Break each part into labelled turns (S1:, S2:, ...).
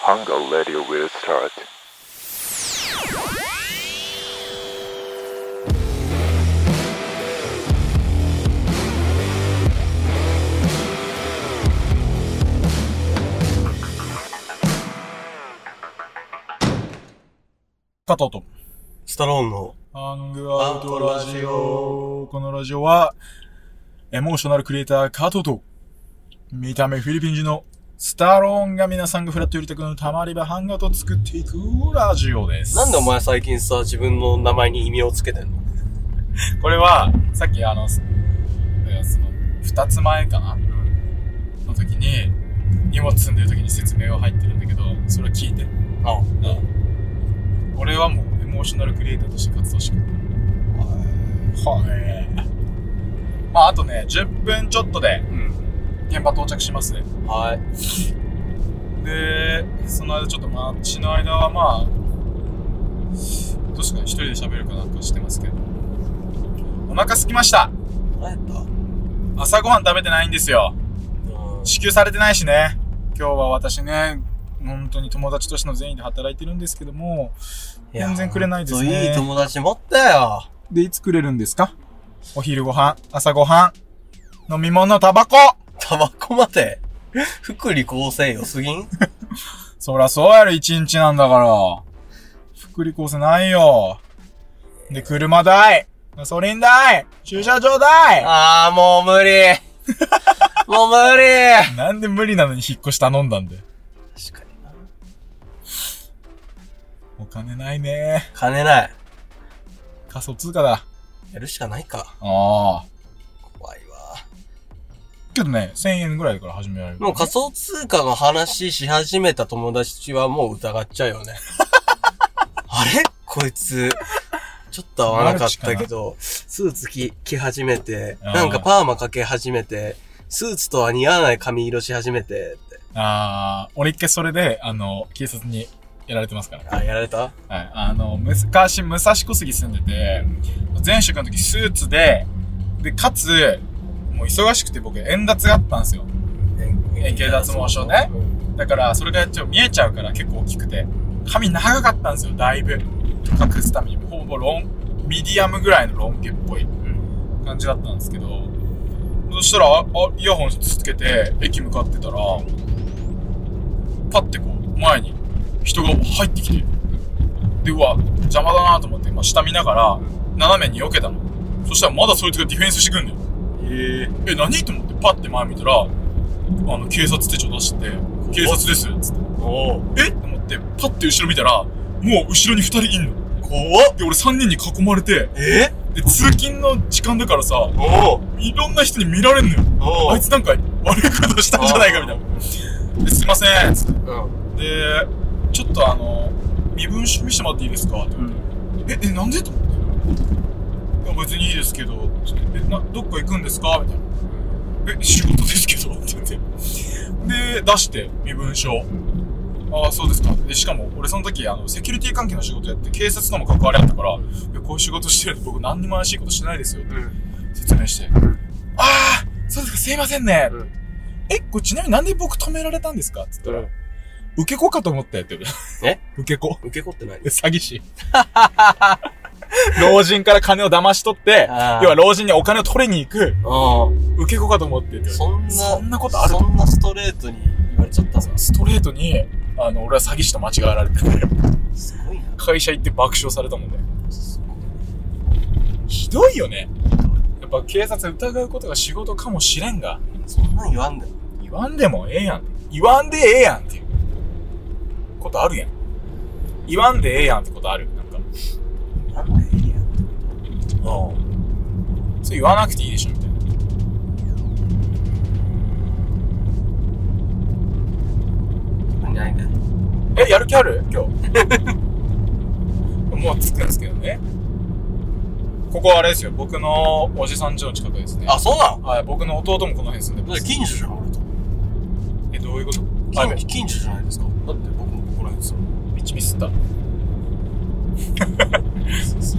S1: Hunger Radio will start.
S2: 加藤と。
S3: スタローンの。
S2: ハングアウトラジオ。このラジオは、エモーショナルクリエイター加藤と、見た目フィリピン人のスタローンが皆さんがフラット寄りたくのたまり場ハンガーと作っていくラジオです。
S3: なんでお前最近さ、自分の名前に意味をつけてんの
S2: これは、さっきあの、すいやその、二つ前かなの時に、荷物積んでる時に説明が入ってるんだけど、それは聞いて。
S3: あ
S2: 俺はもうエモーショナルクリエイターとして活動してる。はい。まあ、あとね、10分ちょっとで
S3: うん。
S2: 現場到着しますね。
S3: はい。
S2: で、その間ちょっと街の間はまあ、確かに一人で喋るかなんかしてますけど。お腹空きました
S3: 何やった
S2: 朝ごはん食べてないんですよ。
S3: うん。
S2: 支給されてないしね。今日は私ね、本当に友達としての善意で働いてるんですけども、全然くれないですね
S3: ほんといい友達持ったよ。
S2: で、いつくれるんですかお昼ご飯、朝ごはん、飲み物、タバコ
S3: タバコまで。福利厚生よすぎん
S2: そらそうやろ、一日なんだから。福利厚生ないよ。で、車代、ガソリン代、駐車場代。
S3: ああ、もう 無理。もう無理。
S2: なんで無理なのに引っ越し頼んだんで。
S3: 確かにな。
S2: お金ないね。
S3: 金ない。
S2: 仮想通貨だ。
S3: やるしかないか。
S2: ああ。
S3: 怖いわ。
S2: けどね、1000円ぐらいから始められる。
S3: もう仮想通貨の話し始めた友達はもう疑っちゃうよ ね。あれこいつ、ちょっと合わなかったけど、スーツ着着始めて、
S2: あー
S3: なんかパーマかけ始めて、スーツとは似合わない髪色し始めてって。
S2: ああ、俺一回それで、あの、警察にやられてますから。
S3: あ、やられた
S2: はい。あの、昔、武蔵小杉住んでて、前職の時スーツで、で、かつ、もう忙しくて僕、円脱があったんですよ。円形脱毛症ねだから、それがちょっと見えちゃうから、結構大きくて。髪長かったんですよ、だいぶ。隠すために、ほぼロン、ミディアムぐらいのロン毛っぽい
S3: うん。
S2: 感じだったんですけど、そしたら、あ、あイヤホンつけて、駅向かってたら、パッてこう、前に人が入ってきて、で、うわ、邪魔だなと思って、まあ、下見ながら、斜めに避けたの。そしたら、まだそいつがディフェンスしてくんのよ。
S3: え
S2: え、何と思って、パッて前見たら、あの、警察手帳出してて、警察です、つって。
S3: ー、おう
S2: えと思って、パッて後ろ見たら、もう後ろに二人いんの。
S3: 怖っ
S2: で、俺三人に囲まれて、
S3: え
S2: で、通勤の時間だからさ、
S3: おう
S2: いろんな人に見られんのよ。
S3: お
S2: あいつなんか悪いことしたんじゃないかみたいな。ですいません、つって。
S3: な。うん。
S2: で、ちょっとあの、身分証見せてもらっていいですかってえ、え、なんでと思って。いや、別にいいですけど、つってえ、な、どっか行くんですかみたいな。え、仕事ですけど、って言って。で、出して、身分証。ああ、そうですか。で、しかも、俺その時、あの、セキュリティ関係の仕事やって、警察とも関わりあったから、いやこういう仕事してるんで僕何にも怪しいことしてないですよ、って
S3: うん。
S2: 説明して。ああ、そうですか、すいませんね。
S3: うん
S2: え、これちなみになんで僕止められたんですかって言ったら、受け子かと思ったよって言う。
S3: え
S2: 受け子。
S3: 受け子って何
S2: 詐欺 師。老人から金を騙し取って、
S3: あー
S2: 要は老人にお金を取りに行く、
S3: あ
S2: 受け子かと思ってって
S3: あ。
S2: 言われて
S3: そん
S2: そ
S3: な、
S2: んなことある
S3: そんなストレートに言われちゃったさ。
S2: ストレートに、あの、俺は詐欺師と間違えられて、
S3: すごいな。
S2: 会社行って爆笑されたもんね。ひどいよね。やっぱ警察疑うことが仕事かもしれんが、
S3: そんなん言わんだよ。
S2: 言わんでもええやん。言わんでええやんっていうことあるやん。言わんでええやんってことある。なんか。
S3: なんだよ、エリアって
S2: うん。それ言わなくていいでしょ、みたいな。
S3: 特にないんだよ。
S2: え、やる気ある今日。 もう着くんですけどね。ここはあれですよ、僕のおじさん家の近くですね。
S3: あ、そうなの
S2: はい、僕の弟もこの辺住んでます。
S3: 近所じゃん、俺と。
S2: え、どういうことあ、
S3: 近近所じゃないですか。だって僕もここら辺さ。
S2: 道ミスった。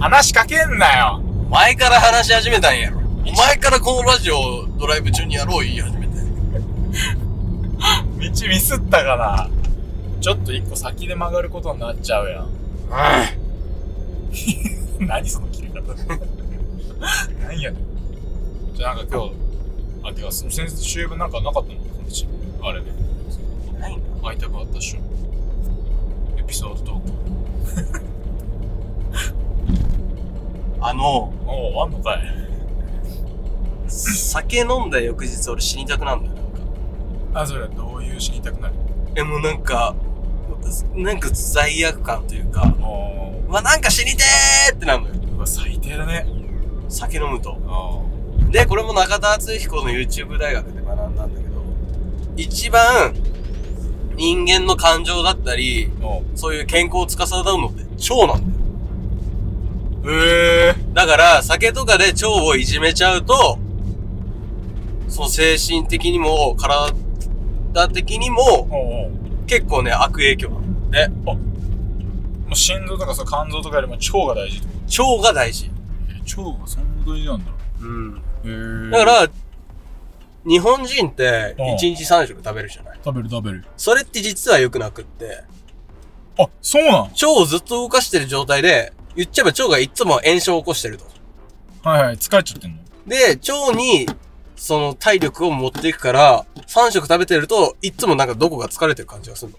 S2: 話しかけんなよ
S3: 前から話し始めたんやろ。お前からこのラジオをドライブ中にやろう言い始めたんや
S2: 道ミスったから。ちょっと一個先で曲がることになっちゃうやん。
S3: う
S2: 何その切り方。何やねん。じゃあなんか今日、あ、てかその先週分なんかなかったのこのチームあれで。
S3: ん。ないの
S2: 会いたくあったっしょ。エピソードトーク。
S3: あの、
S2: おお、あんのかい。
S3: 酒飲んだ翌日俺死にたくなんだよ、なんか。
S2: あ、それはどういう死にたくなる
S3: え、もうなんか、なんか罪悪感というか、
S2: おお。
S3: うわ、なんか死にてーってなるのよ。
S2: うわ、最低だね。
S3: 酒飲むと。
S2: あ
S3: で、これも中田敦彦の YouTube 大学で学んだんだけど、一番人間の感情だったり、
S2: あ。おう。
S3: そういう健康を司うのって腸なんだよ。
S2: ええ
S3: だから、酒とかで腸をいじめちゃうと、その精神的にも、体的にも、
S2: おうおう。
S3: 結構ね、悪影響なんだよね。
S2: もう心臓とかさ、肝臓とかよりも腸が大事ってこ
S3: 腸が大事。
S2: と。腸がそんな大事なんだ。
S3: うん。
S2: へー
S3: だか、ら、日本人って、
S2: うん
S3: 1日3食食べるじゃない。
S2: 食べる食べる。
S3: それって実は良くなくって、
S2: あ、そうなん
S3: 腸をずっと動かしてる状態で、言っちゃえば腸がいつも炎症を起こしてると。
S2: はいはい、疲れちゃってんの。
S3: で、腸に、その体力を持っていくから、3食食べてると、いつもなんかどこが疲れてる感じがする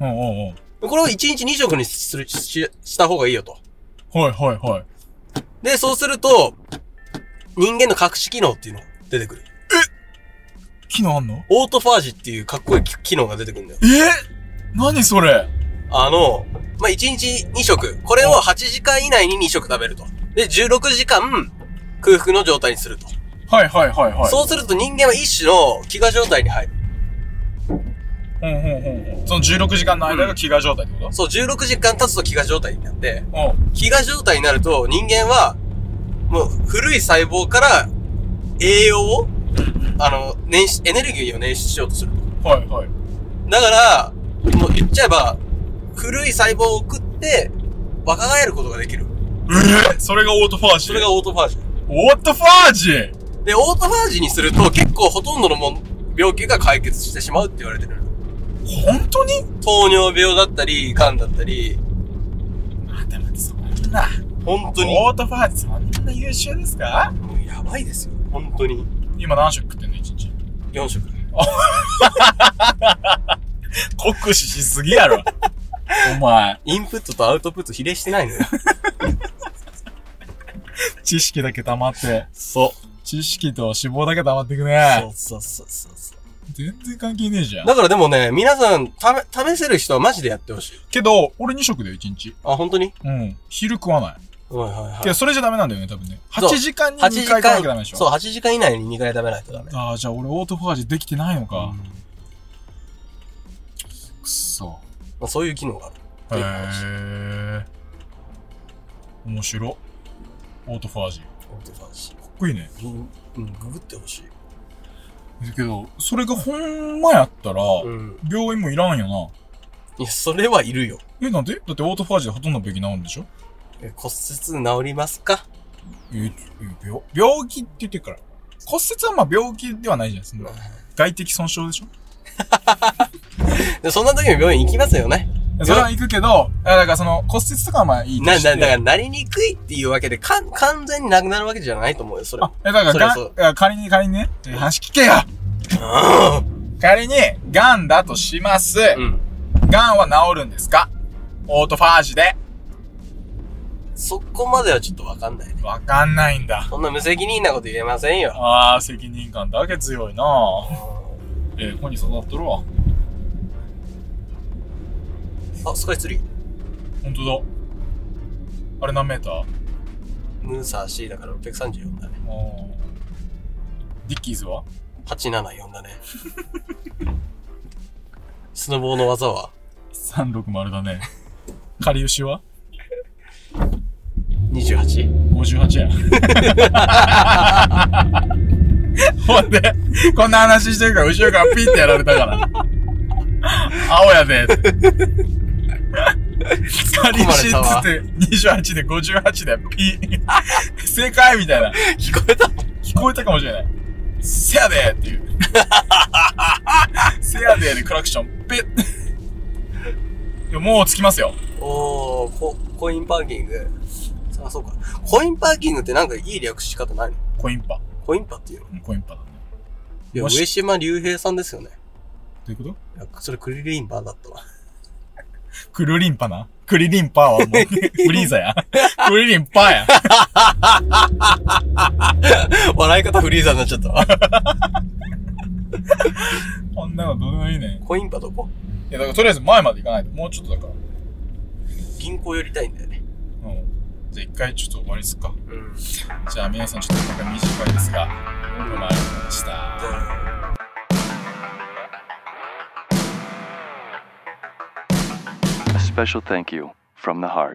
S2: うんうんうん。
S3: の。これを1日2食にする、し、した方がいいよと。
S2: はいはいはい。
S3: で、そうすると、人間の隠し機能っていうのが出てくる。
S2: 機能あんの
S3: オートファージっていうかっこいい機機能が出てくるんだよ。
S2: え何それ
S3: あの、まあ、1日2食。これを8時間以内に2食食べると。で、16時間空腹の状態にすると。
S2: はいはいはいはい。
S3: そうすると人間は一種の飢餓状態に入る。
S2: うんうんうんうん。その16時間の間が飢餓状態ってこ
S3: そう、16時間経つと飢餓状態になって、
S2: とうん。
S3: 飢餓状態になると人間は、もう古い細胞から栄養を、あの、捻出、エネルギーを捻出しようとすると。
S2: はいはい。
S3: だから、もう言っちゃえば、古い細胞を食って、若返ることができる。
S2: えそれがオートファージ
S3: それがオートファージ。
S2: オートファージ
S3: で、オートファージにすると結構ほとんどのもん病気が解決してしまうって言われてる。
S2: 本当に
S3: 糖尿病だったり、癌だったり、
S2: 待て待て、そんな。
S3: 本当に、
S2: オートファージそんな優秀ですか
S3: もうやばいですよ。本当に。
S2: 今何食食ってんの一日。
S3: 4食。
S2: 酷使しすぎや ろ。お前。
S3: インプットとアウトプット比例してないのよ。
S2: 知識だけ溜まって。
S3: そう。
S2: 知識と脂肪だけ溜まっていく
S3: そう
S2: ね。
S3: そうそうそうそう。
S2: 全然関係ねえじゃん。
S3: だからでもね、皆さん、ため、試せる人はマジでやってほしい。
S2: けど、俺2食だよ、1日。
S3: あ、本当に
S2: うん。昼食わない。
S3: はいはいはい
S2: けど、。それじゃダメなんだよね、多分ね。
S3: そう
S2: 8時間に
S3: 8
S2: 2
S3: 時
S2: 回食わなきゃダメ
S3: 間
S2: でしょ。
S3: そう、8時間以内に2回食べないとダメ。
S2: ああ、じゃあ俺オートファージできてないの
S3: う
S2: か
S3: ん。ま
S2: くそ。
S3: あ、そういう機能がある。
S2: へえ。面白。オートファージ。か
S3: オートファージ
S2: っこいいね。
S3: うんうん、ググってほしい。
S2: だけど、それがほんまやったら、
S3: うん。
S2: 病院もいらんよない
S3: や、それはいるよ。。
S2: え、なんでだってオートファージでほとんど病気治るんでしょ
S3: え骨折治りますか
S2: え、え病、病気って言ってるから。骨折はまあ病気ではないじゃないですか。外的損傷でしょ
S3: でそんな時も病院行きますよね。
S2: それは行くけど、あだからその骨折とかはまあいいと
S3: な、
S2: して
S3: な、だから、なりにくいっていうわけで、かん、完全になくなるわけじゃないと思うよ、それ
S2: あ。、え、だから
S3: そりゃ
S2: がん、
S3: そう
S2: だから仮に仮にね、え話聞けよ
S3: うん
S2: 仮に、ガンだとします。
S3: うん。
S2: ガンは治るんですかオートファージで。
S3: そこまではちょっとわかんないね。
S2: わかんないんだ。
S3: そんな無責任なこと言えませんよ。
S2: あー、責任感だけ強いなぁ。ええ子に育っとるわ。
S3: あ、スカイツリー。
S2: ほんとだ。あれ何メーターあ
S3: ムーサー C だから634だね。
S2: ーディッキーズは
S3: 874だね。 スノボーの技は
S2: ?360 だね。かりゆしは
S3: 28?
S2: ?58 や。ほんで、こんな話してるから後ろからピッてやられたから。青やで。かりゆしっつって28で58でピッ。正解みたいな。
S3: 聞こえた
S2: 聞こえたかもしれない。せやでっていう。せやででクラクション、ペッ。いや、もう着きますよ。
S3: おー、コ、コインパーキング。あ、そうか。コインパーキングってなんかいい略し方ないの
S2: コインパ。
S3: コインパっていうの
S2: うんコインパだね。
S3: いや、
S2: もし
S3: 上島竜兵さんですよね。
S2: どういうこと
S3: いやそれクリリンバーだったわ。
S2: クルリンパな。クリリンパはもう、フリーザや。クリリンパや。
S3: 笑い方フリーザーになっちゃったわ。
S2: こんなのどうでもいいね。
S3: コインパどこ
S2: いや、だからとりあえず前まで行かないと。もうちょっとだから。
S3: 銀行寄りたいんだよね。
S2: うん。じゃあ一回ちょっと終わりっすか。
S3: うん。
S2: じゃあ皆さんちょっと今回短いですが、お参りました。
S1: A special thank you from the heart.